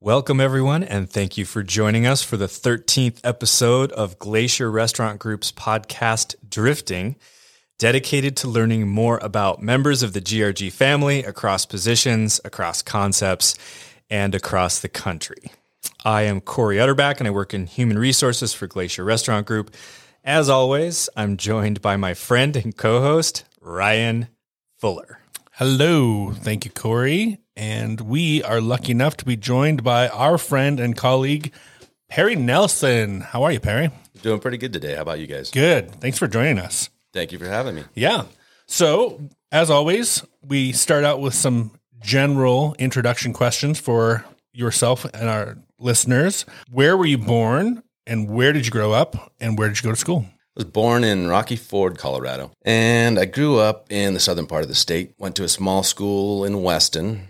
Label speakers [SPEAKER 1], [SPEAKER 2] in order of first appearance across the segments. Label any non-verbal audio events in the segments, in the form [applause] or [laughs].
[SPEAKER 1] Welcome, everyone, and thank you for joining us for the 13th episode of Glacier Restaurant Group's podcast, Drifting, dedicated to learning more about members of the GRG family across positions, across concepts, and across the country. I am Corey Utterback, and I work in human resources for Glacier Restaurant Group. As always, I'm joined by my friend and co host, Ryan Fuller.
[SPEAKER 2] Hello. Thank you, Corey. And we are lucky enough to be joined by our friend and colleague, Perry Nelson. How are you, Perry?
[SPEAKER 3] Doing pretty good today. How about you guys?
[SPEAKER 2] Good. Thanks for joining us.
[SPEAKER 3] Thank you for having me.
[SPEAKER 2] Yeah. So, as always, we start out with some general introduction questions for yourself and our listeners. Where were you born and where did you grow up and where did you go to school?
[SPEAKER 3] I was born in Rocky Ford, Colorado, and I grew up in the southern part of the state. Went to a small school in Weston,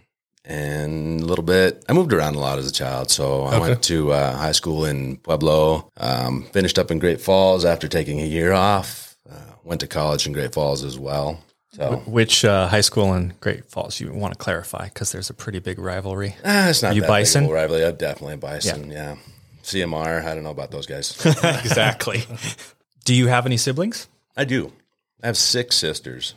[SPEAKER 3] and a little bit. I moved around a lot as a child, so I went to uh, high school in Pueblo. Um, finished up in Great Falls after taking a year off. Uh, went to college in Great Falls as well. So
[SPEAKER 1] Which uh, high school in Great Falls you want to clarify because there's a pretty big rivalry.
[SPEAKER 3] ah, it's not
[SPEAKER 1] you
[SPEAKER 3] that big of a
[SPEAKER 1] Bison?
[SPEAKER 3] rivalry. I'm definitely a bison. Yeah. CMR. I don't know about
[SPEAKER 1] [laughs]
[SPEAKER 3] those guys.
[SPEAKER 1] exactly. [laughs] Do you have any siblings?
[SPEAKER 3] I do. I have six sisters.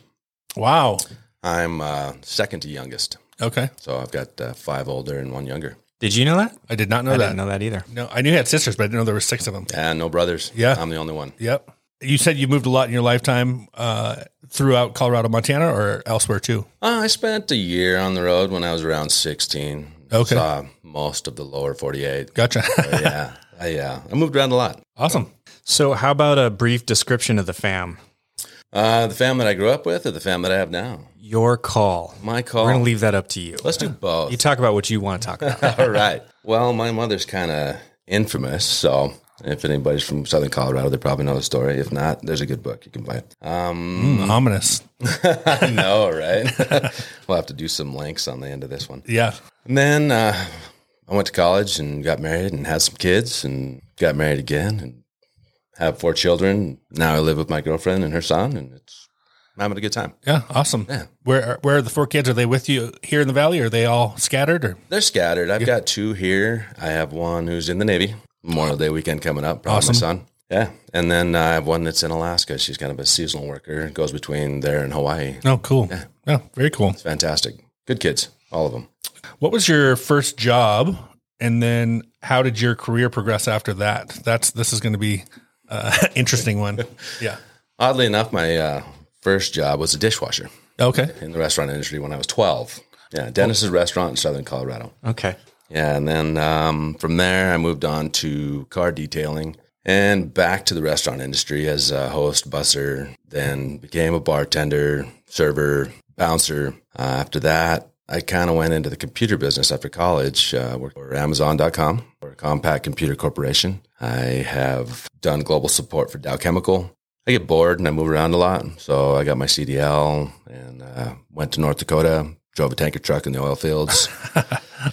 [SPEAKER 2] Wow.
[SPEAKER 3] I'm uh, second to youngest.
[SPEAKER 2] Okay.
[SPEAKER 3] So I've got uh, five older and one younger.
[SPEAKER 1] Did you know that?
[SPEAKER 2] I did not know
[SPEAKER 1] I
[SPEAKER 2] that.
[SPEAKER 1] didn't know that either.
[SPEAKER 2] No, I knew you had sisters, but I didn't know there were six of them.
[SPEAKER 3] And no brothers.
[SPEAKER 2] Yeah.
[SPEAKER 3] I'm the only one.
[SPEAKER 2] Yep. You said you moved a lot in your lifetime uh, throughout Colorado, Montana, or elsewhere too.
[SPEAKER 3] Uh, I spent a year on the road when I was around 16.
[SPEAKER 2] Okay.
[SPEAKER 3] Saw most of the lower 48.
[SPEAKER 2] Gotcha.
[SPEAKER 3] [laughs]
[SPEAKER 2] [laughs]
[SPEAKER 3] yeah. I, uh, I moved around a lot.
[SPEAKER 2] awesome.
[SPEAKER 1] So, how about a brief description of the fam?
[SPEAKER 3] Uh, the fam that I grew up with or the fam that I have now?
[SPEAKER 1] Your call.
[SPEAKER 3] My call.
[SPEAKER 1] We're going to leave that up to you.
[SPEAKER 3] Let's do both.
[SPEAKER 1] You
[SPEAKER 3] [laughs]
[SPEAKER 1] talk about what you want to [laughs] talk about.
[SPEAKER 3] All right. Well, my mother's kind of infamous, so if anybody's from Southern Colorado, they probably know the story. If not, there's a good book you can buy [laughs] it. Um,
[SPEAKER 2] Mm, ominous.
[SPEAKER 3] I know, right? [laughs] we'll have to do some links on the end of this one.
[SPEAKER 2] Yeah.
[SPEAKER 3] And then uh, I went to college and got married and had some kids and got married again and have four children. Now I live with my girlfriend and her son, and it's I'm having a good time.
[SPEAKER 2] Yeah. Awesome.
[SPEAKER 3] Yeah.
[SPEAKER 2] Where where are the four kids? Are they with you here in the valley? Are they all scattered or
[SPEAKER 3] They're scattered. I've got two here. I have one who's in the Navy. Memorial Day weekend coming up. Probably
[SPEAKER 2] Awesome.
[SPEAKER 3] my son. Yeah, and then I have one that's in Alaska. She's kind of a seasonal worker. Goes between there and Hawaii.
[SPEAKER 2] no? Cool. Yeah. very cool.
[SPEAKER 3] It's fantastic. Good kids, all of them.
[SPEAKER 2] What was your first job, and then how did your career progress after that? That's this is going to be uh, [laughs] interesting
[SPEAKER 3] [laughs]
[SPEAKER 2] one. Yeah.
[SPEAKER 3] Oddly enough, my uh, first job was a dishwasher.
[SPEAKER 2] Okay.
[SPEAKER 3] in the restaurant industry when I was 12. Yeah, Dennis's restaurant in Southern Colorado.
[SPEAKER 1] okay.
[SPEAKER 3] Yeah, and then um, from there, I moved on to car detailing and back to the restaurant industry as a host, busser, then became a bartender, server, bouncer. Uh, after that, I kind of went into the computer business after college. Uh, worked for Amazon.com or Compact Computer Corporation. I have done global support for Dow Chemical. I get bored and I move around a lot. So I got my CDL and uh, went to North Dakota, drove a tanker truck in the oil fields.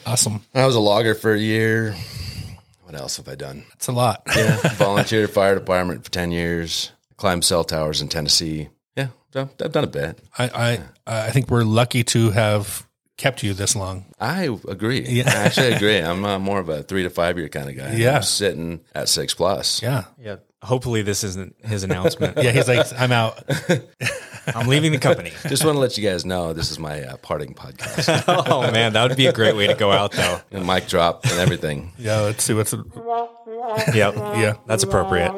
[SPEAKER 2] Awesome.
[SPEAKER 3] I was a logger for a year. What else have I done?
[SPEAKER 2] That's a lot.
[SPEAKER 3] [laughs] Yeah, volunteer fire department for ten years. Climbed cell towers in Tennessee. Yeah, I've I've done a bit.
[SPEAKER 2] I I I think we're lucky to have kept you this long.
[SPEAKER 3] I agree. I actually agree. I'm uh, more of a three to five year kind of guy.
[SPEAKER 2] Yeah.
[SPEAKER 3] I'm sitting at six plus.
[SPEAKER 2] Yeah.
[SPEAKER 1] Yeah. Hopefully, this isn't [laughs] his announcement.
[SPEAKER 2] Yeah, he's like, I'm out.
[SPEAKER 1] I'm leaving the company.
[SPEAKER 3] Just want to let you guys know this is my uh, parting [laughs] podcast.
[SPEAKER 1] [laughs] Oh, man. That would be a great way to go out, though.
[SPEAKER 3] and mic drop and everything.
[SPEAKER 2] [laughs] Yeah, let's see what's.
[SPEAKER 1] [laughs] Yep.
[SPEAKER 2] Yeah,
[SPEAKER 1] That's appropriate.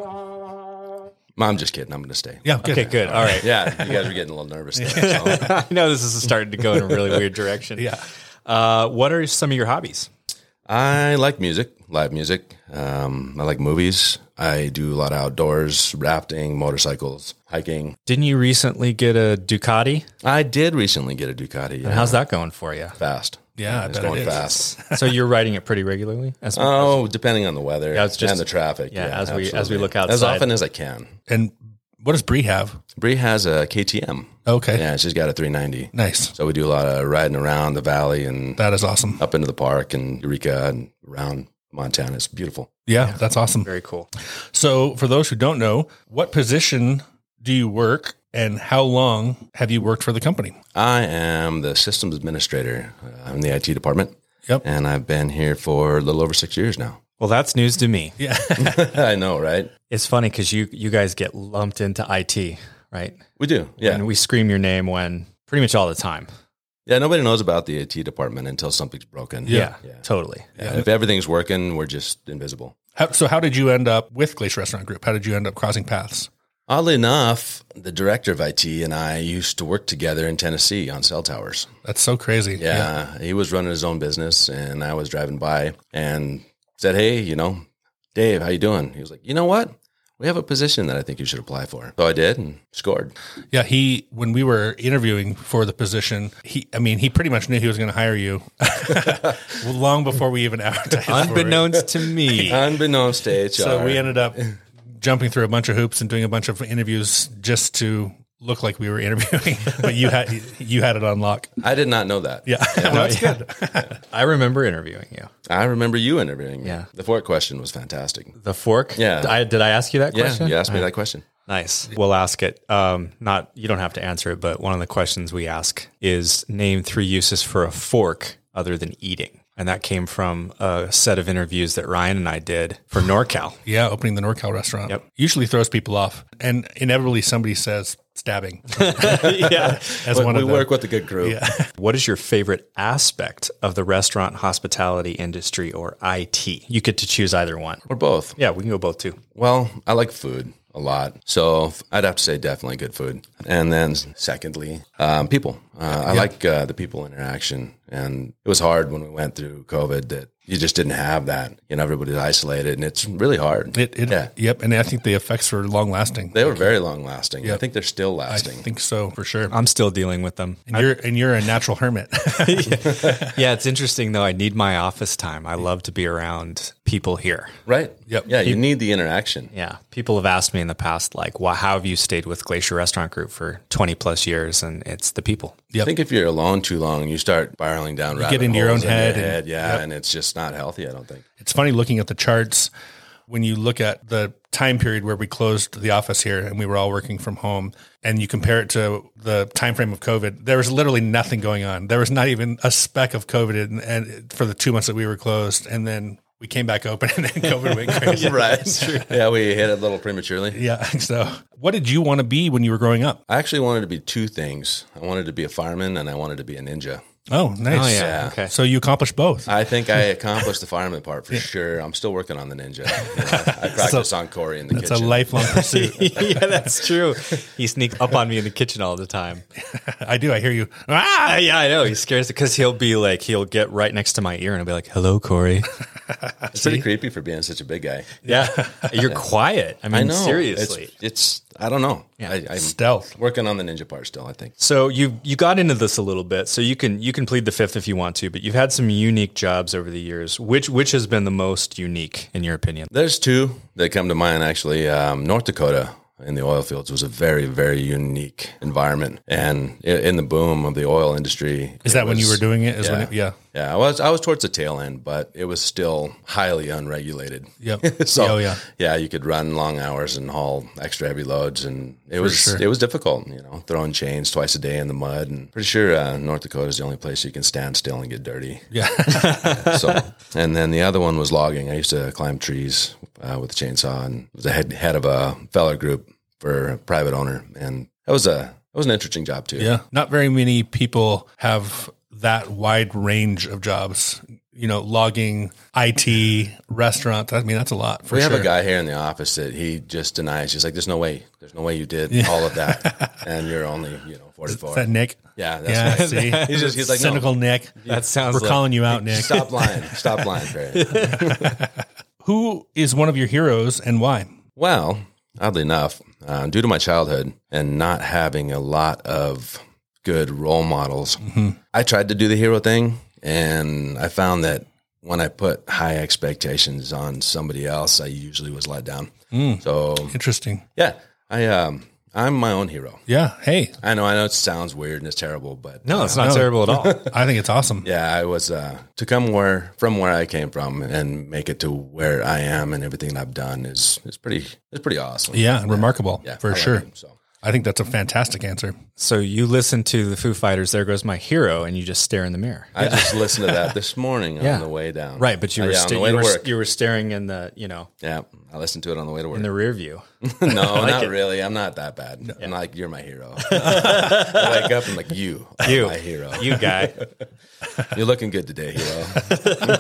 [SPEAKER 3] I'm just kidding. I'm going to stay.
[SPEAKER 2] yeah, good.
[SPEAKER 1] Okay, good. All right.
[SPEAKER 3] Yeah, you guys are getting a little [laughs] nervous. There, so.
[SPEAKER 1] [laughs] I know this is starting to go in a really weird direction.
[SPEAKER 2] Yeah.
[SPEAKER 1] Uh, what are some of your hobbies?
[SPEAKER 3] I like music, live music. Um, I like movies. I do a lot of outdoors, rafting, motorcycles, hiking.
[SPEAKER 1] Didn't you recently get a Ducati?
[SPEAKER 3] I did recently get a Ducati.
[SPEAKER 1] And
[SPEAKER 3] Yeah.
[SPEAKER 1] how's that going for you?
[SPEAKER 3] Fast.
[SPEAKER 2] Yeah, I
[SPEAKER 3] it's
[SPEAKER 2] bet it
[SPEAKER 3] going
[SPEAKER 1] [laughs]
[SPEAKER 2] is.
[SPEAKER 3] fast.
[SPEAKER 1] So you're riding it pretty regularly? As
[SPEAKER 3] Oh, depending on the weather
[SPEAKER 1] Yeah, it's just-
[SPEAKER 3] and the traffic.
[SPEAKER 1] yeah, as we- as we
[SPEAKER 3] absolutely.
[SPEAKER 1] look
[SPEAKER 3] as
[SPEAKER 1] outside.
[SPEAKER 3] often as I can.
[SPEAKER 2] And what does Bree have?
[SPEAKER 3] Bree has a KTM.
[SPEAKER 2] Okay,
[SPEAKER 3] Yeah, she's got a 390.
[SPEAKER 2] nice.
[SPEAKER 3] So we do a lot of riding around the valley and
[SPEAKER 2] That is awesome.
[SPEAKER 3] up into the park and Eureka and around Montana. It's beautiful.
[SPEAKER 2] Yeah, that's awesome.
[SPEAKER 1] Very cool.
[SPEAKER 2] So, for those who don't know, what position do you work, and how long have you worked for the company?
[SPEAKER 3] I am uh, the systems administrator. I'm the IT department.
[SPEAKER 2] Yep.
[SPEAKER 3] And I've been here for a little over six years now. [laughs]
[SPEAKER 1] Well, that's news to me.
[SPEAKER 2] Yeah.
[SPEAKER 3] I know, right?
[SPEAKER 1] It's funny because you you guys get lumped into IT, right?
[SPEAKER 3] We do. Yeah.
[SPEAKER 1] And we scream your name when pretty much all the time.
[SPEAKER 3] yeah. Nobody knows about the IT department until something's broken.
[SPEAKER 1] Yeah,
[SPEAKER 3] Yeah.
[SPEAKER 1] totally.
[SPEAKER 3] Yeah, If everything's working, we're just invisible.
[SPEAKER 2] How, so, how did you end up with Glacier Restaurant Group? How did you end up crossing paths?
[SPEAKER 3] Oddly enough, the director of IT and I used to work together in Tennessee on cell towers.
[SPEAKER 2] That's so crazy.
[SPEAKER 3] Yeah, he was running his own business, and I was driving by and said, "Hey, you know, Dave, how you doing?" He was like, "You know what? We have a position that I think you should apply for." So I did and scored.
[SPEAKER 2] Yeah, he when we were interviewing for the position, he I mean, he pretty much knew he was going to hire you [laughs] long before we even advertised. for it.
[SPEAKER 1] Unbeknownst to
[SPEAKER 3] [laughs]
[SPEAKER 1] me.
[SPEAKER 3] Unbeknownst to
[SPEAKER 2] [laughs]
[SPEAKER 3] HR,
[SPEAKER 2] so we ended up jumping through a bunch of hoops and doing a bunch of interviews just to look like we were [laughs] interviewing, but you had you had it on lock.
[SPEAKER 3] I did not know that.
[SPEAKER 2] Yeah, Well, that's
[SPEAKER 1] yeah.
[SPEAKER 2] good.
[SPEAKER 1] [laughs] I remember interviewing you.
[SPEAKER 3] I remember you interviewing me.
[SPEAKER 1] Yeah.
[SPEAKER 3] The fork question was fantastic.
[SPEAKER 1] The fork.
[SPEAKER 3] Yeah.
[SPEAKER 1] I, did I ask you that
[SPEAKER 3] Yeah,
[SPEAKER 1] question?
[SPEAKER 3] you asked me that question.
[SPEAKER 1] Nice. We'll ask it. Um, not you don't have to answer it, but one of the questions we ask is name three uses for a fork other than eating, and that came from a set of interviews that Ryan and I did for NorCal.
[SPEAKER 3] [laughs]
[SPEAKER 2] Yeah, opening the NorCal restaurant
[SPEAKER 1] Yep.
[SPEAKER 2] usually throws people off, and inevitably somebody says
[SPEAKER 3] [laughs]
[SPEAKER 2] stabbing
[SPEAKER 1] [laughs] yeah.
[SPEAKER 2] as one
[SPEAKER 3] we
[SPEAKER 2] of the
[SPEAKER 3] work with a good group.
[SPEAKER 2] Yeah.
[SPEAKER 1] What is your favorite aspect of the restaurant hospitality industry or IT? You get to choose either one.
[SPEAKER 3] Or both.
[SPEAKER 1] Yeah, we can go both too.
[SPEAKER 3] Well, I like food a lot. So f- I'd have to say definitely good food. And then secondly, um, people. Uh, I like uh, the people interaction. And it was hard when we went through COVID that you just didn't have that. You know, everybody's isolated and it's really hard.
[SPEAKER 2] It, it,
[SPEAKER 3] Yeah.
[SPEAKER 2] Yep, and I think the effects were long lasting.
[SPEAKER 3] they were very long lasting.
[SPEAKER 2] Yeah.
[SPEAKER 3] I think they're still
[SPEAKER 2] I
[SPEAKER 3] lasting.
[SPEAKER 2] think so for sure.
[SPEAKER 3] Um,
[SPEAKER 1] I'm still dealing with them.
[SPEAKER 2] And you're and you're a natural hermit.
[SPEAKER 1] [laughs]
[SPEAKER 2] [laughs]
[SPEAKER 1] Yeah, it's interesting though. I need my office time. I love to be around people here.
[SPEAKER 3] right?
[SPEAKER 2] Yep.
[SPEAKER 3] Yeah, you need the interaction.
[SPEAKER 1] Yeah. People have asked me in the past, like, why, how have you stayed with Glacier Restaurant Group for 20 plus years? And it's the people. [laughs]
[SPEAKER 3] I think if you're alone too long, you start spiraling down. You
[SPEAKER 2] get into your own head and-
[SPEAKER 3] yeah, and it's just not healthy. I
[SPEAKER 2] [laughs]
[SPEAKER 3] don't think.
[SPEAKER 2] it's funny looking at the charts when you look at the time period where we closed the office here and we were all working from home and you compare it to the time frame of covid there was literally nothing going on there was not even a speck of covid in, and for the two months that we were closed and then we came back open [laughs] and then covid went
[SPEAKER 3] [laughs]
[SPEAKER 2] crazy
[SPEAKER 3] Right. Yeah, we hit it a little prematurely.
[SPEAKER 2] yeah so what did you want to be when you were growing up
[SPEAKER 3] I actually wanted to be two things. I wanted to be a fireman and I wanted to be a ninja.
[SPEAKER 2] oh nice
[SPEAKER 1] Oh, yeah. Okay.
[SPEAKER 2] so you accomplished both
[SPEAKER 3] I
[SPEAKER 2] [laughs]
[SPEAKER 3] think I accomplished the fireman part for sure. I'm still working on the ninja. You know, I practice on Corey in the
[SPEAKER 2] it's a
[SPEAKER 3] kitchen.
[SPEAKER 2] lifelong pursuit
[SPEAKER 1] yeah, that's true. He sneaks up on me in the kitchen all the [laughs] time.
[SPEAKER 2] i do i hear you ah!
[SPEAKER 1] Uh, yeah, I know. He scares it because he'll be like, he'll get right next to my ear and he'll be like, hello, Corey.
[SPEAKER 3] it's pretty creepy for being such a big guy.
[SPEAKER 1] Yeah. [laughs] You're quiet. I mean,
[SPEAKER 3] I know.
[SPEAKER 1] seriously.
[SPEAKER 3] It's, it's I don't know. I, I'm
[SPEAKER 2] stealth
[SPEAKER 3] working on the ninja part still, I think.
[SPEAKER 1] So you you got into this a little bit. So you can you can plead the fifth if you want to, but you've had some unique jobs over the years. Which which has been the most unique in your opinion?
[SPEAKER 3] There's two that come to mind actually. Um, North Dakota in the oil fields was a very, very unique environment. And i- in the boom of the oil industry.
[SPEAKER 2] is
[SPEAKER 3] it
[SPEAKER 2] that when you
[SPEAKER 3] was-
[SPEAKER 2] were doing it? Is when
[SPEAKER 3] yeah.
[SPEAKER 2] it, yeah.
[SPEAKER 3] Yeah, I was I was towards the tail end, but it was still highly unregulated.
[SPEAKER 2] Yep.
[SPEAKER 3] [laughs] So
[SPEAKER 2] Oh, yeah.
[SPEAKER 3] yeah, you could run long hours and haul extra heavy loads, and it was it was difficult. You know, throwing chains twice a day in the mud, and pretty sure uh, North Dakota is the only place you can stand still and get
[SPEAKER 2] [laughs]
[SPEAKER 3] dirty.
[SPEAKER 2] Yeah.
[SPEAKER 3] So, and then the other one was logging. I used to climb trees uh, with a chainsaw, and was the head head of a feller group for a private owner, and that was a that was an interesting job too.
[SPEAKER 2] Yeah. Not very many people have that wide range of jobs. You know, logging, IT, restaurant. I mean, that's a lot for
[SPEAKER 3] we
[SPEAKER 2] sure.
[SPEAKER 3] have a guy here in the office that he just denies. He's like, "There's no way. There's no way you did all
[SPEAKER 2] [laughs]
[SPEAKER 3] of that, and you're only you know
[SPEAKER 2] Is
[SPEAKER 3] 44."
[SPEAKER 2] that Nick?
[SPEAKER 3] Yeah, that's
[SPEAKER 2] Yeah.
[SPEAKER 3] right.
[SPEAKER 2] see,
[SPEAKER 3] [laughs] He's just he's like,
[SPEAKER 2] cynical Nick.
[SPEAKER 1] That sounds
[SPEAKER 2] We're
[SPEAKER 1] like-
[SPEAKER 2] calling you out,
[SPEAKER 3] "No,
[SPEAKER 2] Nick.
[SPEAKER 3] stop lying, stop lying, Barry."
[SPEAKER 2] Who is one of your heroes and why?
[SPEAKER 3] Well, oddly enough, uh, due to my childhood and not having a lot of good role models, I tried to do the hero thing, and I found that when I put high expectations on somebody else, I usually was let down. So,
[SPEAKER 2] Interesting.
[SPEAKER 3] yeah, I um, I'm my own hero.
[SPEAKER 2] Yeah. Hey,
[SPEAKER 3] I know, I know it sounds weird and it's terrible, but
[SPEAKER 1] No, it's not terrible at all.
[SPEAKER 2] I think it's awesome.
[SPEAKER 3] yeah, I was uh, to come where from where I came from and make it to where I am and everything I've done is is pretty it's pretty awesome.
[SPEAKER 2] Yeah, remarkable
[SPEAKER 3] Yeah,
[SPEAKER 2] for
[SPEAKER 3] I like
[SPEAKER 2] sure.
[SPEAKER 3] it, so
[SPEAKER 2] I I think that's a fantastic answer.
[SPEAKER 1] [laughs] So you listen to the Foo Fighters, "There Goes My Hero," and you just stare in the mirror.
[SPEAKER 3] I just listened to that this morning
[SPEAKER 1] Yeah.
[SPEAKER 3] on the way down.
[SPEAKER 1] Right, but you
[SPEAKER 3] Uh,
[SPEAKER 1] were,
[SPEAKER 3] yeah,
[SPEAKER 1] sta-
[SPEAKER 3] on the way
[SPEAKER 1] you,
[SPEAKER 3] to
[SPEAKER 1] were
[SPEAKER 3] work.
[SPEAKER 1] you were staring in the you know
[SPEAKER 3] Yeah, I listened to it on the way to work.
[SPEAKER 1] in the rear view.
[SPEAKER 3] no, not
[SPEAKER 1] it.
[SPEAKER 3] really. I'm not that bad. I'm like you're my
[SPEAKER 1] [laughs]
[SPEAKER 3] hero. I wake up and like you, are
[SPEAKER 1] You.
[SPEAKER 3] my
[SPEAKER 1] [laughs]
[SPEAKER 3] hero.
[SPEAKER 1] You guy,
[SPEAKER 3] You're looking good today, hero.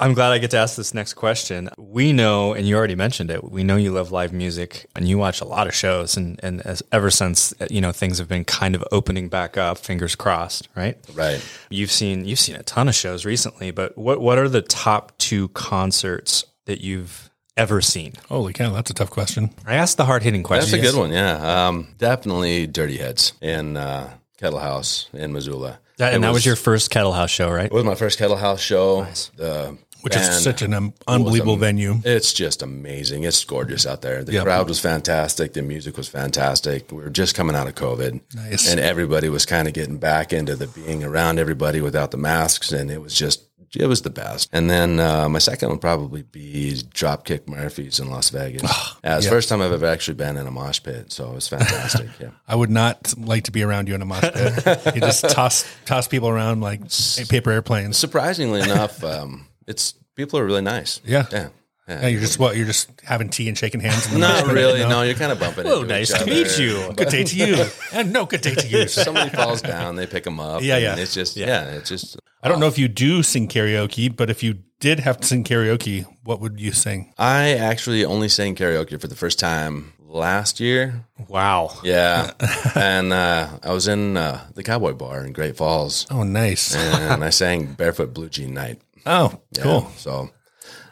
[SPEAKER 1] I'm glad I get to ask this next question. We know, and you already mentioned it. We know you love live music, and you watch a lot of shows. And and as, ever since uh, you know things have been kind of opening back up, fingers crossed, right?
[SPEAKER 3] right.
[SPEAKER 1] You've seen you've seen a ton of shows recently, but what what are the top two concerts that you've ever seen?
[SPEAKER 2] Holy cow, that's a tough question.
[SPEAKER 1] I asked the hard hitting question.
[SPEAKER 3] That's a good one. Yeah. Um, definitely Dirty Heads in uh, Kettle House in Missoula.
[SPEAKER 1] That, and
[SPEAKER 3] It
[SPEAKER 1] that was your first Kettle House show, right?
[SPEAKER 3] It was my first Kettle House show. The
[SPEAKER 2] Which
[SPEAKER 3] band-
[SPEAKER 2] is such an um, unbelievable venue.
[SPEAKER 3] It's just amazing. It's gorgeous out there. The
[SPEAKER 2] Yep.
[SPEAKER 3] crowd was fantastic. The music was fantastic. We were just coming out of COVID.
[SPEAKER 2] Nice.
[SPEAKER 3] And everybody was kind of getting back into the being around everybody without the masks. And it was just, it was the best. And then uh, my second would probably be Dropkick Murphys in Las Vegas.
[SPEAKER 2] Ah,
[SPEAKER 3] yeah, it's the first time I've ever actually been in a mosh pit. So it
[SPEAKER 2] [laughs]
[SPEAKER 3] was fantastic. yeah.
[SPEAKER 2] I would not like to be around you in a mosh
[SPEAKER 1] [laughs]
[SPEAKER 2] pit. you just toss toss people around like paper airplanes.
[SPEAKER 3] surprisingly enough, um, it's people are really nice.
[SPEAKER 2] Yeah.
[SPEAKER 3] yeah. yeah.
[SPEAKER 2] Yeah, you're just what you're just having tea and shaking hands. in the mosh
[SPEAKER 3] Not
[SPEAKER 2] pit,
[SPEAKER 3] really.
[SPEAKER 2] you know?
[SPEAKER 3] No, you're kind of bumping.
[SPEAKER 1] Oh,
[SPEAKER 3] into
[SPEAKER 1] nice
[SPEAKER 3] each
[SPEAKER 1] to
[SPEAKER 3] other.
[SPEAKER 1] meet you.
[SPEAKER 2] Good day
[SPEAKER 1] [laughs]
[SPEAKER 2] to you, and no good day to you.
[SPEAKER 3] If somebody falls down, they pick them up.
[SPEAKER 2] Yeah,
[SPEAKER 3] and
[SPEAKER 2] yeah.
[SPEAKER 3] It's just yeah. It's just.
[SPEAKER 2] I don't know if you do sing karaoke, but if you did have to sing karaoke, what would you sing?
[SPEAKER 3] I actually only sang karaoke for the first time last year.
[SPEAKER 1] Wow.
[SPEAKER 3] Yeah, and uh, I was in uh, the Cowboy Bar in Great Falls,
[SPEAKER 2] Oh, nice.
[SPEAKER 3] and I sang "Barefoot Blue Jean Night."
[SPEAKER 2] Oh, cool.
[SPEAKER 3] Yeah, so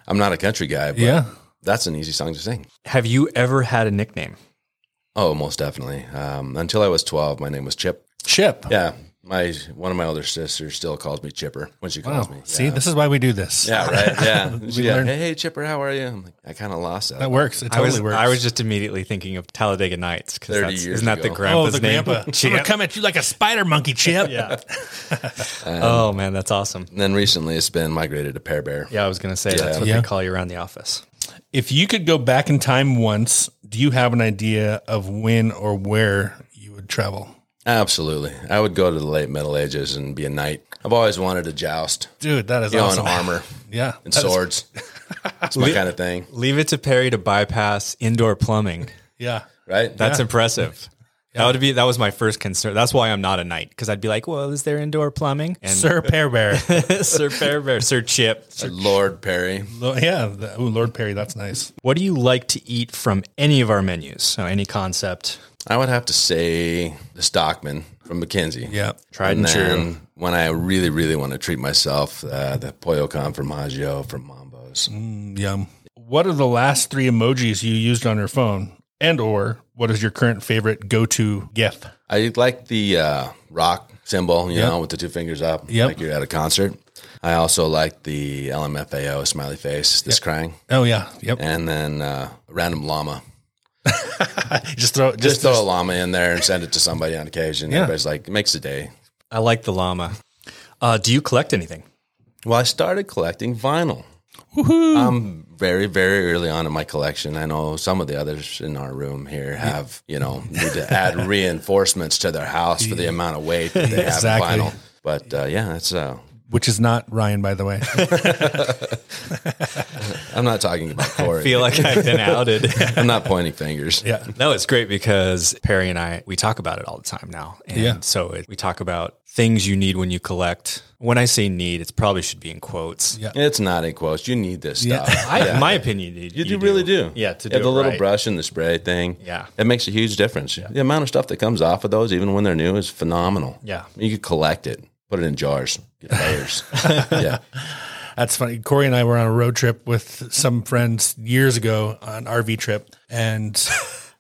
[SPEAKER 3] I'm not a country guy, but
[SPEAKER 2] Yeah.
[SPEAKER 3] that's an easy song to sing.
[SPEAKER 1] Have you ever had a nickname?
[SPEAKER 3] Oh, most definitely. Um, until I was 12, my name was Chip.
[SPEAKER 2] Chip.
[SPEAKER 3] Yeah, my one of my older sisters still calls me Chipper when she
[SPEAKER 2] Wow.
[SPEAKER 3] calls me.
[SPEAKER 2] Oh, See,
[SPEAKER 3] yeah.
[SPEAKER 2] this is why we do this.
[SPEAKER 3] yeah, right, yeah. She's like,
[SPEAKER 2] learn-
[SPEAKER 3] hey, hey, Chipper, how are you? I'm like, I kind of lost that.
[SPEAKER 2] That works. It
[SPEAKER 1] I
[SPEAKER 2] totally
[SPEAKER 1] was
[SPEAKER 2] works.
[SPEAKER 1] I was just immediately thinking of Talladega Nights 'cause
[SPEAKER 3] 30
[SPEAKER 1] that's-
[SPEAKER 3] years
[SPEAKER 1] isn't that the
[SPEAKER 3] ago.
[SPEAKER 2] oh,
[SPEAKER 1] grandpa's
[SPEAKER 2] the
[SPEAKER 1] name? [laughs]
[SPEAKER 2] grandpa. I'm
[SPEAKER 1] Chip.
[SPEAKER 2] gonna come at you like a spider monkey, Chip.
[SPEAKER 1] yeah. oh man, that's awesome.
[SPEAKER 3] And then recently, it's been migrated to Pear Bear.
[SPEAKER 1] Yeah, I was gonna say that's what
[SPEAKER 2] Yeah.
[SPEAKER 1] they call you around the office.
[SPEAKER 2] If you could go back in time once, do you have an idea of when or where you would travel?
[SPEAKER 3] Absolutely, I would go to the late Middle Ages and be a knight. I've always wanted to joust,
[SPEAKER 2] Dude, that is
[SPEAKER 3] you know, in
[SPEAKER 2] awesome.
[SPEAKER 3] armor
[SPEAKER 2] [laughs] Yeah.
[SPEAKER 3] and
[SPEAKER 2] That is-
[SPEAKER 3] swords. That's my kind of thing,
[SPEAKER 1] Leave it to Perry to bypass indoor plumbing.
[SPEAKER 2] yeah.
[SPEAKER 3] right?
[SPEAKER 1] That's impressive. That would be that was my first concern. That's why I'm not a knight because I'd be like, well, is there indoor
[SPEAKER 2] [laughs]
[SPEAKER 1] plumbing? And
[SPEAKER 2] Sir Pear Bear.
[SPEAKER 1] Sir Fair Bear, Sir Chip.
[SPEAKER 3] Lord Perry.
[SPEAKER 2] [laughs] Lo- yeah. the- ooh, Lord Perry, that's nice.
[SPEAKER 1] What do you like to eat from any of our menus? So any concept?
[SPEAKER 3] I would have to say the Stockman from Mackenzie.
[SPEAKER 2] Yeah.
[SPEAKER 1] Tried
[SPEAKER 3] and
[SPEAKER 1] and, true.
[SPEAKER 3] then when I really, really want to treat myself, uh, the Pollo Con from Maggio from Mambo's.
[SPEAKER 2] Mm, yum. What are the last three emojis you used on your phone? And or what is your current favorite go to GIF?
[SPEAKER 3] I like the uh, rock symbol, you
[SPEAKER 2] Yep.
[SPEAKER 3] know, with the two fingers up,
[SPEAKER 2] Yep.
[SPEAKER 3] like you're at a concert. I also like the LMFAO smiley face, this crying,
[SPEAKER 2] Oh yeah. Yep.
[SPEAKER 3] and then uh, random llama.
[SPEAKER 2] Just throw
[SPEAKER 3] Just
[SPEAKER 2] just,
[SPEAKER 3] throw a llama in there and send it to somebody on occasion.
[SPEAKER 2] Yeah.
[SPEAKER 3] Everybody's like, it makes a day.
[SPEAKER 1] I like the llama. Uh, do you collect anything?
[SPEAKER 3] Well, I started collecting vinyl. I'm very, very early on in my collection. I know some of the others in our room here have, you know, need to add
[SPEAKER 2] [laughs]
[SPEAKER 3] reinforcements to their house for the amount of weight that they
[SPEAKER 2] Exactly.
[SPEAKER 3] have in vinyl. But uh, yeah, that's. Uh,
[SPEAKER 2] which is not Ryan, by [laughs] the way.
[SPEAKER 3] I'm not talking
[SPEAKER 1] [laughs]
[SPEAKER 3] about Corey.
[SPEAKER 1] Feel like I've
[SPEAKER 3] [laughs]
[SPEAKER 1] been outed.
[SPEAKER 3] I'm not pointing fingers.
[SPEAKER 2] yeah.
[SPEAKER 1] no, it's great because Perry and I we talk about it all the time now, and
[SPEAKER 2] Yeah.
[SPEAKER 1] so it, we talk about things you need when you collect. When I say need, it probably should be in quotes.
[SPEAKER 2] Yeah.
[SPEAKER 3] It's not in quotes. You need this
[SPEAKER 2] Yeah.
[SPEAKER 3] stuff.
[SPEAKER 1] I, in my opinion, [laughs] you,
[SPEAKER 3] You, do really do.
[SPEAKER 1] Yeah, to do
[SPEAKER 3] Yeah, the
[SPEAKER 1] it
[SPEAKER 3] little
[SPEAKER 1] right.
[SPEAKER 3] brush and the spray thing.
[SPEAKER 1] Yeah.
[SPEAKER 3] It makes a huge difference. The amount of stuff that comes off of those, even when they're new, is phenomenal.
[SPEAKER 1] Yeah.
[SPEAKER 3] You could collect it, put it in jars,
[SPEAKER 1] [laughs]
[SPEAKER 3] get layers. yeah.
[SPEAKER 2] That's funny. Corey and I were on a road trip with some friends years ago, an RV trip, [laughs] and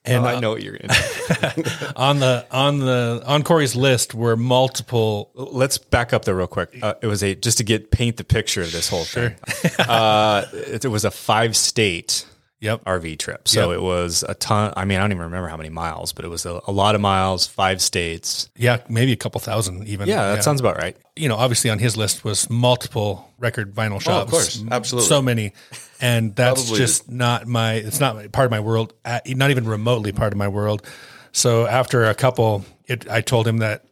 [SPEAKER 2] and
[SPEAKER 1] Oh, I know what you're. Into. [laughs]
[SPEAKER 2] on the on the on Corey's list were multiple.
[SPEAKER 1] Let's back up there real quick. Uh, it was a just to get paint the picture of this whole thing. [laughs] uh, it, it was a five state
[SPEAKER 2] Yep.
[SPEAKER 1] RV trip, so it was a ton. I mean, I don't even remember how many miles, but it was a, a lot of miles, five states.
[SPEAKER 2] Yeah, maybe a couple thousand even.
[SPEAKER 1] Yeah, that sounds about right.
[SPEAKER 2] you know, obviously on his list was multiple record vinyl shops.
[SPEAKER 3] course.
[SPEAKER 2] M-
[SPEAKER 3] Absolutely.
[SPEAKER 2] So many. And that's
[SPEAKER 3] Probably-
[SPEAKER 2] just not my, it's not part of my world, at, not even remotely part of my world. So after a couple, it, I told him that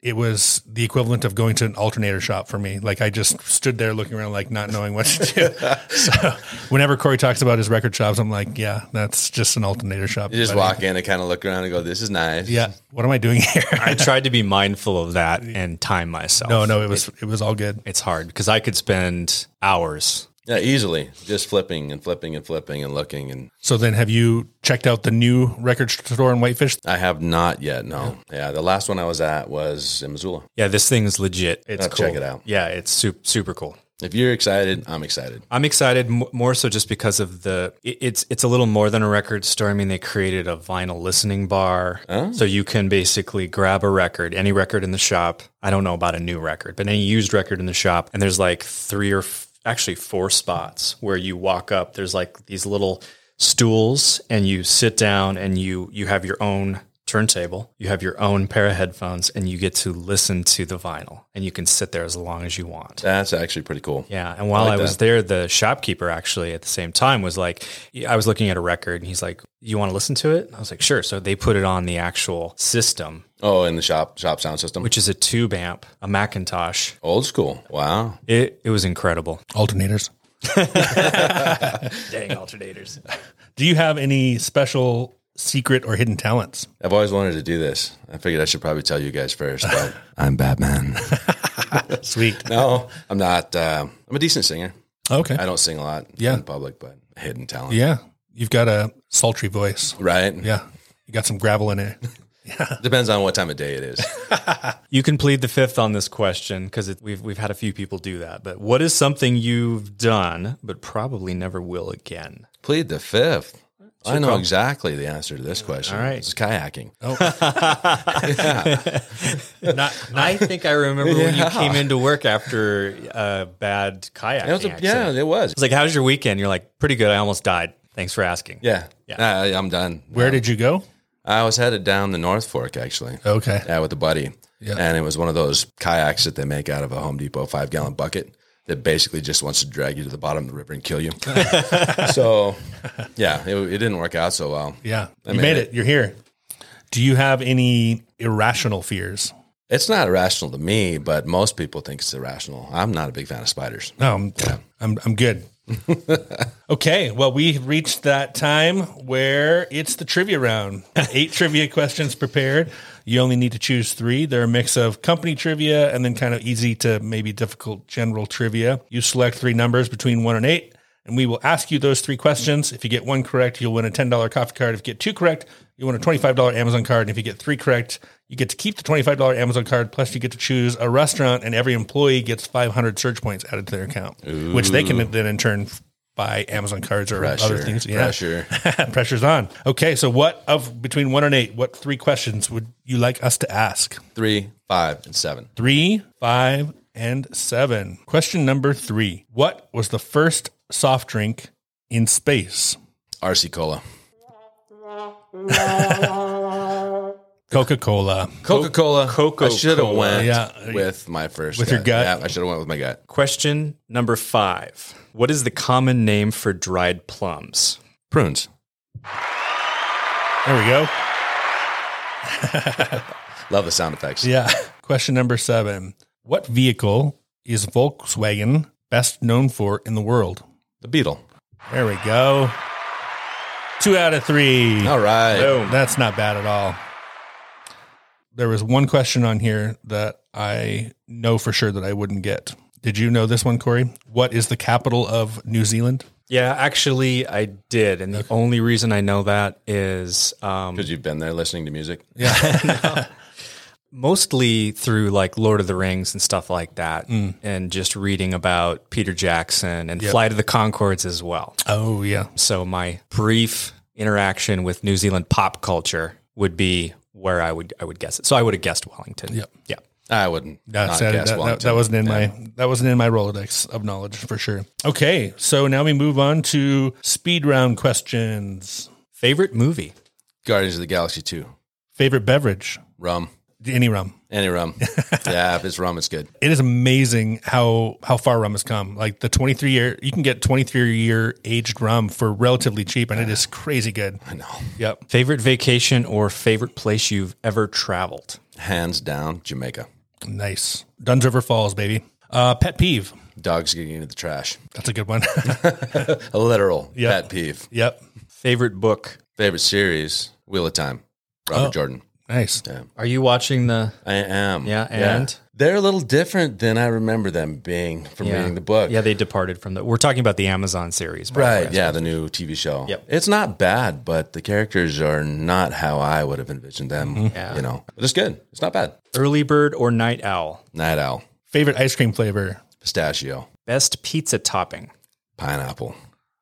[SPEAKER 2] it was the equivalent of going to an alternator shop for me. Like I just stood there looking around, like not knowing what to do. so whenever Corey talks about his record shops, I'm like, yeah, that's just an alternator shop.
[SPEAKER 3] You just
[SPEAKER 2] buddy.
[SPEAKER 3] walk in and kind of look around and go, "This is nice."
[SPEAKER 2] Yeah. What am I doing here?
[SPEAKER 1] [laughs] I tried to be mindful of that and time myself.
[SPEAKER 2] [laughs] no, no, it was, it was all good.
[SPEAKER 1] It's hard because I could spend hours.
[SPEAKER 3] yeah, easily just flipping and flipping and flipping and looking. And
[SPEAKER 2] So then have you checked out the new record store in Whitefish?
[SPEAKER 3] I have not yet. No, yeah, the last one I was at was in Missoula.
[SPEAKER 1] Yeah, this thing's legit. It's
[SPEAKER 3] I'll
[SPEAKER 1] cool.
[SPEAKER 3] check it out.
[SPEAKER 1] Yeah, it's super super cool.
[SPEAKER 3] If you're excited, I'm excited.
[SPEAKER 1] I'm excited m- more so just because of the it- it's it's a little more than a record store. I mean, they created a vinyl listening bar, so you can basically grab a record, any record in the shop. I don't know about a new record, but any used record in the shop, and there's like three or f- actually four spots where you walk up. There's like these little stools, and you sit down, and you you have your own turntable, you have your own pair of headphones, and you get to listen to the vinyl, and you can sit there as long as you want.
[SPEAKER 3] That's actually pretty cool.
[SPEAKER 1] Yeah, and while I, was there, the shopkeeper actually at the same time was like, I was looking at a record, and he's like, "You want to listen to it?" I was like, "Sure." So they put it on the actual system,
[SPEAKER 3] Oh, in the shop shop sound system,
[SPEAKER 1] which is a tube amp, a Macintosh.
[SPEAKER 3] old school. Wow.
[SPEAKER 1] It it was incredible.
[SPEAKER 2] Alternators.
[SPEAKER 1] Dang alternators!
[SPEAKER 2] Do you have any special secret or hidden talents?
[SPEAKER 3] I've always wanted to do this. I figured I should probably tell you guys first, but I'm Batman.
[SPEAKER 2] [laughs] Sweet.
[SPEAKER 3] [laughs] no, I'm not. Um, I'm a decent singer.
[SPEAKER 2] Okay.
[SPEAKER 3] I don't sing a lot
[SPEAKER 2] Yeah.
[SPEAKER 3] in public, but hidden talent.
[SPEAKER 2] Yeah. You've got a sultry voice.
[SPEAKER 3] Right?
[SPEAKER 2] Yeah. You got some gravel in it.
[SPEAKER 3] Depends on what time of day it is.
[SPEAKER 1] [laughs] You can plead the fifth on this question because we've we've had a few people do that. But what is something you've done but probably never will again?
[SPEAKER 3] Plead the fifth. I know exactly the answer to this question. All
[SPEAKER 1] right.
[SPEAKER 3] It's kayaking.
[SPEAKER 1] Not, I think I remember when [laughs] you came into work after a bad kayak.
[SPEAKER 3] It was a- yeah, it was.
[SPEAKER 1] It's like, how's your weekend? You're like, pretty good. I almost died. Thanks for asking.
[SPEAKER 3] Yeah. I, am done.
[SPEAKER 2] Where did you go?
[SPEAKER 3] I was headed down the North Fork, actually.
[SPEAKER 2] Okay.
[SPEAKER 3] Yeah, with a buddy.
[SPEAKER 2] Yeah.
[SPEAKER 3] And it was one of those kayaks that they make out of a Home Depot five gallon bucket that basically just wants to drag you to the bottom of the river and
[SPEAKER 2] [laughs]
[SPEAKER 3] kill you. so, yeah, it, it didn't work out so well.
[SPEAKER 2] Yeah.
[SPEAKER 3] I
[SPEAKER 2] you made,
[SPEAKER 3] made
[SPEAKER 2] it. You're here. Do you have any irrational fears?
[SPEAKER 3] It's not irrational to me, but most people think it's irrational. I'm not a big fan of spiders.
[SPEAKER 2] No, I'm, I'm, I'm good. okay. Well, we reached that time where it's the trivia round. Eight trivia questions prepared. You only need to choose three. They're a mix of company trivia and then kind of easy to maybe difficult general trivia. You select three numbers between one and eight, and we will ask you those three questions. If you get one correct, you'll win a $10 coffee card. If you get two correct, you win a $25 Amazon card. And if you get three correct, you get to keep the $25 Amazon card. Plus, you get to choose a restaurant, and every employee gets 500 search points added to their account, which they can then in turn buy Amazon cards or other
[SPEAKER 3] Pressure,
[SPEAKER 2] things. [laughs]
[SPEAKER 3] pressure.
[SPEAKER 2] Pressure's on. Okay, so what of between one and eight, what three questions would you like us to ask?
[SPEAKER 3] Three, five, and seven.
[SPEAKER 2] Three, five, and seven. Question number three What was the first soft drink in space?
[SPEAKER 3] RC Cola.
[SPEAKER 2] Coca Cola.
[SPEAKER 3] Coca Cola. I should have went
[SPEAKER 2] Yeah.
[SPEAKER 3] with my first.
[SPEAKER 2] With your gut.
[SPEAKER 3] Yeah, I should have went with my gut.
[SPEAKER 1] Question number five What is the common name for dried plums?
[SPEAKER 3] Prunes.
[SPEAKER 2] There we go.
[SPEAKER 3] Love the sound effects.
[SPEAKER 2] Yeah. [laughs] Question number seven What vehicle is Volkswagen best known for in the world?
[SPEAKER 3] The Beetle.
[SPEAKER 2] There we go. Two out of three.
[SPEAKER 3] All right.
[SPEAKER 2] That's not bad at all. There was one question on here that I know for sure that I wouldn't get. Did you know this one, Corey? What is the capital of New Zealand?
[SPEAKER 1] Yeah, actually, I did. And the only reason I know that is um,
[SPEAKER 3] Because you've been there listening to music.
[SPEAKER 1] mostly through like Lord of the Rings and stuff like that, and just reading about Peter Jackson and Flight of the Concords as well.
[SPEAKER 2] Oh, yeah.
[SPEAKER 1] So, my brief interaction with New Zealand pop culture would be where I would I would guess it. So, I would have guessed Wellington. Yep. Yeah.
[SPEAKER 3] I wouldn't.
[SPEAKER 2] That's that, that, that, that wasn't in my that wasn't in my Rolodex of knowledge for sure. Okay, so now we move on to speed round questions.
[SPEAKER 1] Favorite movie?
[SPEAKER 3] Guardians of the Galaxy 2.
[SPEAKER 2] Favorite beverage?
[SPEAKER 3] Rum.
[SPEAKER 2] Any rum. [laughs]
[SPEAKER 3] Any rum. yeah, if it's rum, it's good.
[SPEAKER 2] It is amazing how how far rum has come. Like the 23 year, you can get 23 year aged rum for relatively cheap, and it is crazy good.
[SPEAKER 3] I know.
[SPEAKER 2] Yep.
[SPEAKER 1] Favorite vacation or favorite place you've ever traveled?
[SPEAKER 3] Hands down, Jamaica.
[SPEAKER 2] Nice. Duns River Falls, baby. Uh, pet peeve.
[SPEAKER 3] Dogs getting into the trash.
[SPEAKER 2] That's a good
[SPEAKER 3] [laughs]
[SPEAKER 2] one.
[SPEAKER 3] A literal
[SPEAKER 2] Yeah.
[SPEAKER 3] pet peeve.
[SPEAKER 2] yep.
[SPEAKER 1] Favorite book?
[SPEAKER 3] Favorite series, Wheel of Time,
[SPEAKER 2] Oh.
[SPEAKER 3] Robert Jordan.
[SPEAKER 2] Nice.
[SPEAKER 1] Are you watching the?
[SPEAKER 3] I am.
[SPEAKER 1] Yeah, and?
[SPEAKER 3] they're a little different than I remember them being from reading the book.
[SPEAKER 1] Yeah, they departed from the. We're talking about the Amazon series, by the
[SPEAKER 3] Right,
[SPEAKER 1] way.
[SPEAKER 3] yeah, the new TV show.
[SPEAKER 1] Yep.
[SPEAKER 3] It's not bad, but the characters are not how I would have envisioned them.
[SPEAKER 1] Yeah.
[SPEAKER 3] You know, but it's good. It's not bad.
[SPEAKER 1] Early bird or night owl?
[SPEAKER 3] Night Owl,
[SPEAKER 2] Favorite ice cream flavor?
[SPEAKER 3] pistachio,
[SPEAKER 1] Best pizza topping?
[SPEAKER 3] pineapple.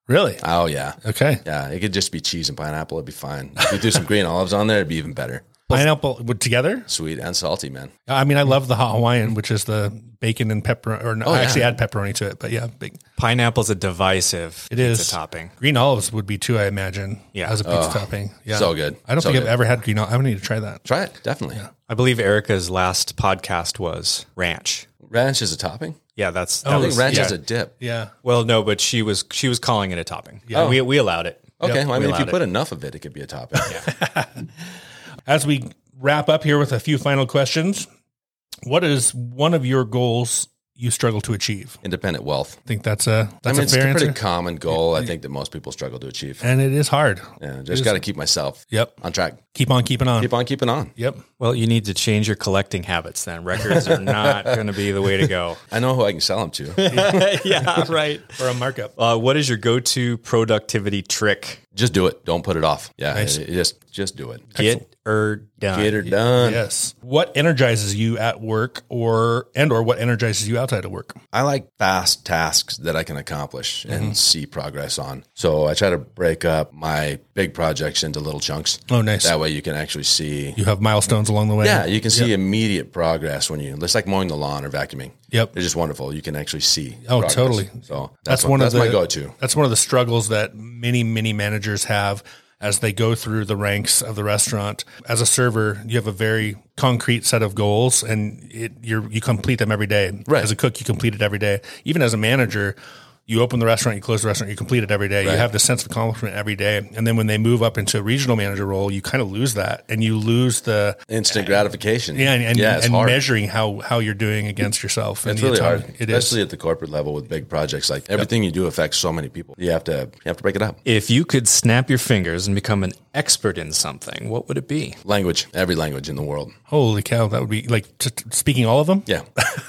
[SPEAKER 2] Really?
[SPEAKER 3] Oh yeah,
[SPEAKER 2] Okay.
[SPEAKER 3] yeah. It could just be cheese and pineapple. It'd be fine. If you do some green olives on there, it'd be even better.
[SPEAKER 2] Pineapple with together?
[SPEAKER 3] Sweet and salty, man.
[SPEAKER 2] I mean, I love the hot Hawaiian, which is the bacon and pepperoni, or no, I
[SPEAKER 3] Oh, yeah.
[SPEAKER 2] actually add pepperoni to it, but yeah, big.
[SPEAKER 1] Pineapple's a divisive
[SPEAKER 2] It
[SPEAKER 1] pizza
[SPEAKER 2] is.
[SPEAKER 1] topping.
[SPEAKER 2] Green olives would be too, I imagine.
[SPEAKER 1] Yeah.
[SPEAKER 2] As a pizza topping. Yeah.
[SPEAKER 3] so good.
[SPEAKER 2] I don't
[SPEAKER 3] So
[SPEAKER 2] think I've
[SPEAKER 3] good.
[SPEAKER 2] ever had green olive. I need to try that.
[SPEAKER 3] Try it, definitely.
[SPEAKER 1] I believe Erica's last podcast was ranch.
[SPEAKER 3] Ranch is a topping.
[SPEAKER 1] Yeah, that's that
[SPEAKER 2] Oh,
[SPEAKER 3] I think
[SPEAKER 1] was,
[SPEAKER 3] ranch
[SPEAKER 1] yeah.
[SPEAKER 3] is a dip.
[SPEAKER 2] Yeah.
[SPEAKER 1] well, no, but she was she was calling it a topping. Yeah, we we allowed it.
[SPEAKER 3] Okay, well, I
[SPEAKER 1] we
[SPEAKER 3] mean, if you
[SPEAKER 1] allowed
[SPEAKER 3] put enough of it, it could be a topping.
[SPEAKER 2] As we wrap up here with a few final questions, what is one of your goals you struggle to achieve?
[SPEAKER 3] [laughs] Independent wealth.
[SPEAKER 2] I think that's a that's
[SPEAKER 3] I mean,
[SPEAKER 2] a
[SPEAKER 3] it's a
[SPEAKER 2] fair
[SPEAKER 3] pretty
[SPEAKER 2] answer,
[SPEAKER 3] common goal. I think that most people struggle to achieve.
[SPEAKER 2] and it is hard.
[SPEAKER 3] Yeah, just got to keep myself
[SPEAKER 2] Yep.
[SPEAKER 3] on track.
[SPEAKER 2] Keep on keeping on.
[SPEAKER 3] Keep on keeping on.
[SPEAKER 2] Yep.
[SPEAKER 1] Well, you need to change your collecting habits then. Records are not going to be the way to go.
[SPEAKER 3] I know who I can sell
[SPEAKER 2] [laughs]
[SPEAKER 3] them to.
[SPEAKER 1] yeah, right.
[SPEAKER 2] For a markup.
[SPEAKER 1] Uh, what is your go-to productivity trick?
[SPEAKER 3] just do it. Don't put it off. Yeah,
[SPEAKER 2] Nice.
[SPEAKER 3] it- it- just just do it.
[SPEAKER 1] Get or done.
[SPEAKER 3] Get er her done.
[SPEAKER 2] Yes. What energizes you at work, or and or what energizes you outside of work?
[SPEAKER 3] I like fast tasks that I can accomplish and
[SPEAKER 2] Mm-hmm.
[SPEAKER 3] see progress on. So I try to break up my big projects into little chunks.
[SPEAKER 2] Oh, nice.
[SPEAKER 3] That way you can actually see.
[SPEAKER 2] you have milestones along the way.
[SPEAKER 3] Yeah, you can see immediate progress when you. It's like mowing the lawn or vacuuming.
[SPEAKER 2] Yep.
[SPEAKER 3] They're just wonderful. You can actually see.
[SPEAKER 2] Oh, totally.
[SPEAKER 3] So
[SPEAKER 2] that's,
[SPEAKER 3] that's,
[SPEAKER 2] one
[SPEAKER 3] That's
[SPEAKER 2] of the
[SPEAKER 3] my go-to.
[SPEAKER 2] That's one of the struggles that many many managers have as they go through the ranks of the restaurant. As a server, you have a very concrete set of goals, and it you you complete them every day.
[SPEAKER 3] Right.
[SPEAKER 2] As a cook, you complete it every day. Even as a manager. You open the restaurant, you close the restaurant, you complete it every day. You have the sense of accomplishment every day. And then when they move up into a regional manager role, you kind of lose that and you lose the
[SPEAKER 3] Instant gratification.
[SPEAKER 2] yeah, and, and,
[SPEAKER 3] yeah, it's
[SPEAKER 2] and
[SPEAKER 3] hard.
[SPEAKER 2] measuring how how you're doing against yourself. and
[SPEAKER 3] It's
[SPEAKER 2] the
[SPEAKER 3] really hard,
[SPEAKER 2] autonomy. It is.
[SPEAKER 3] especially at the corporate level with big projects. Like everything you do affects so many people. You have to you have to break it up.
[SPEAKER 1] If you could snap your fingers and become an expert in something, what would it be?
[SPEAKER 3] Language, every language in the world.
[SPEAKER 2] Holy cow, that would be like t- t- speaking all of them.
[SPEAKER 3] Yeah,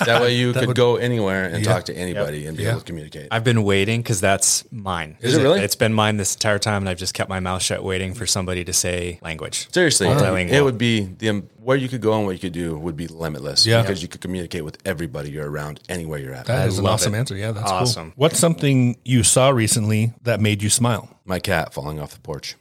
[SPEAKER 3] that way you could go anywhere and talk to anybody and be
[SPEAKER 2] Yeah.
[SPEAKER 3] able to communicate.
[SPEAKER 1] I've been waiting because that's mine.
[SPEAKER 3] Is it really?
[SPEAKER 1] It's been mine this entire time, and I've just kept my mouth shut, waiting for somebody to say language.
[SPEAKER 3] Seriously,
[SPEAKER 1] Multilingual.
[SPEAKER 3] it would be the um, where you could go and what you could do would be limitless.
[SPEAKER 2] Yeah.
[SPEAKER 3] because you could communicate with everybody you're around anywhere you're at.
[SPEAKER 2] That is an
[SPEAKER 1] love
[SPEAKER 2] awesome
[SPEAKER 1] it.
[SPEAKER 2] answer. Yeah, that's cool.
[SPEAKER 1] Awesome.
[SPEAKER 2] What's something you saw recently that made you smile?
[SPEAKER 3] My cat falling off the porch.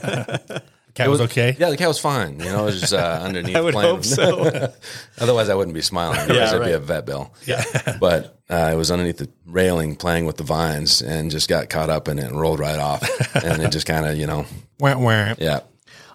[SPEAKER 2] The cat was, okay.
[SPEAKER 3] Yeah, the cat was fine. You know, it was just uh, underneath.
[SPEAKER 1] I would
[SPEAKER 3] playing.
[SPEAKER 1] hope [laughs] so.
[SPEAKER 3] [laughs] Otherwise, I wouldn't be smiling. Otherwise,
[SPEAKER 1] Yeah,
[SPEAKER 3] I'd
[SPEAKER 1] right.
[SPEAKER 3] be a vet bill. Yeah. but uh, I was underneath the railing playing with the vines and just got caught up in it and rolled right off. and it just kind of, you know,
[SPEAKER 2] Wah, wah.
[SPEAKER 3] yeah.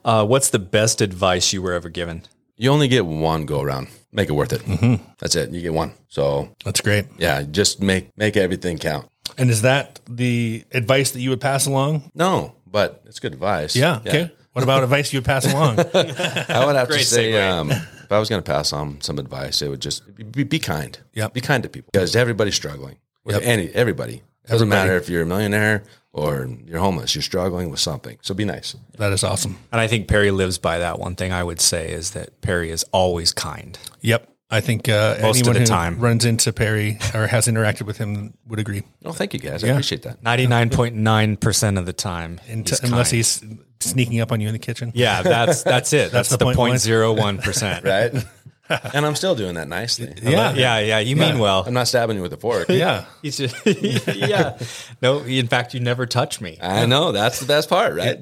[SPEAKER 1] uh, what's the best advice you were ever given?
[SPEAKER 3] You only get one go around. Make it worth it. Mm-hmm. That's it. You get one. So
[SPEAKER 2] That's great.
[SPEAKER 3] yeah, just make make everything count.
[SPEAKER 2] And is that the advice that you would pass along?
[SPEAKER 3] No, but it's good advice.
[SPEAKER 2] Yeah. Okay. What about advice you would pass
[SPEAKER 1] [laughs]
[SPEAKER 2] along?
[SPEAKER 3] I would have to
[SPEAKER 1] Great
[SPEAKER 3] say,
[SPEAKER 1] segue.
[SPEAKER 3] um, if I was going to pass on some advice, it would just be, be, be kind.
[SPEAKER 2] Yep.
[SPEAKER 3] Be kind to people because everybody's struggling. With
[SPEAKER 2] Yep.
[SPEAKER 3] any everybody doesn't
[SPEAKER 2] Everybody.
[SPEAKER 3] matter if you're a millionaire or you're homeless. You're struggling with something, so be nice.
[SPEAKER 2] that is awesome.
[SPEAKER 1] And I think Perry lives by that. One thing I would say is that Perry is always kind.
[SPEAKER 2] Yep. I think uh,
[SPEAKER 1] Most of
[SPEAKER 2] anyone
[SPEAKER 1] the
[SPEAKER 2] who
[SPEAKER 1] time.
[SPEAKER 2] runs into Perry or has interacted with him would agree,
[SPEAKER 3] Oh, thank you guys. I appreciate that.
[SPEAKER 1] Ninety-nine point nine percent of the time,
[SPEAKER 2] Unt-
[SPEAKER 1] he's
[SPEAKER 2] unless
[SPEAKER 1] kind.
[SPEAKER 2] he's sneaking up on you in the kitchen.
[SPEAKER 1] yeah, that's that's it. That's,
[SPEAKER 2] the
[SPEAKER 1] the
[SPEAKER 2] point one.
[SPEAKER 1] point zero one percent.
[SPEAKER 3] Right.
[SPEAKER 2] [laughs]
[SPEAKER 3] and I'm still doing that nicely.
[SPEAKER 2] Yeah.
[SPEAKER 1] Yeah, yeah. You mean well.
[SPEAKER 3] I'm not stabbing you with a fork.
[SPEAKER 2] [laughs] Yeah.
[SPEAKER 1] He's just, yeah. No, in fact, you never touch me.
[SPEAKER 3] I know that's the best part, right?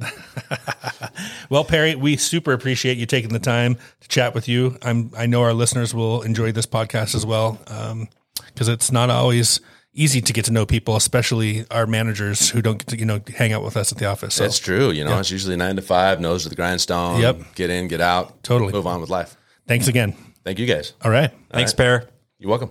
[SPEAKER 2] Well, Perry, we super appreciate you taking the time to chat with you. I'm, I know our listeners will enjoy this podcast as well, because it's not always easy to get to know people, especially our managers who don't get to, you know hang out with us at the office. So
[SPEAKER 3] That's true. You know, it's usually nine to five, nose to the grindstone.
[SPEAKER 2] Yep.
[SPEAKER 3] Get in, get out.
[SPEAKER 2] Totally.
[SPEAKER 3] Move on with life.
[SPEAKER 2] thanks again.
[SPEAKER 3] Thank you guys.
[SPEAKER 2] All right.
[SPEAKER 1] Thanks, Pear.
[SPEAKER 3] You're welcome.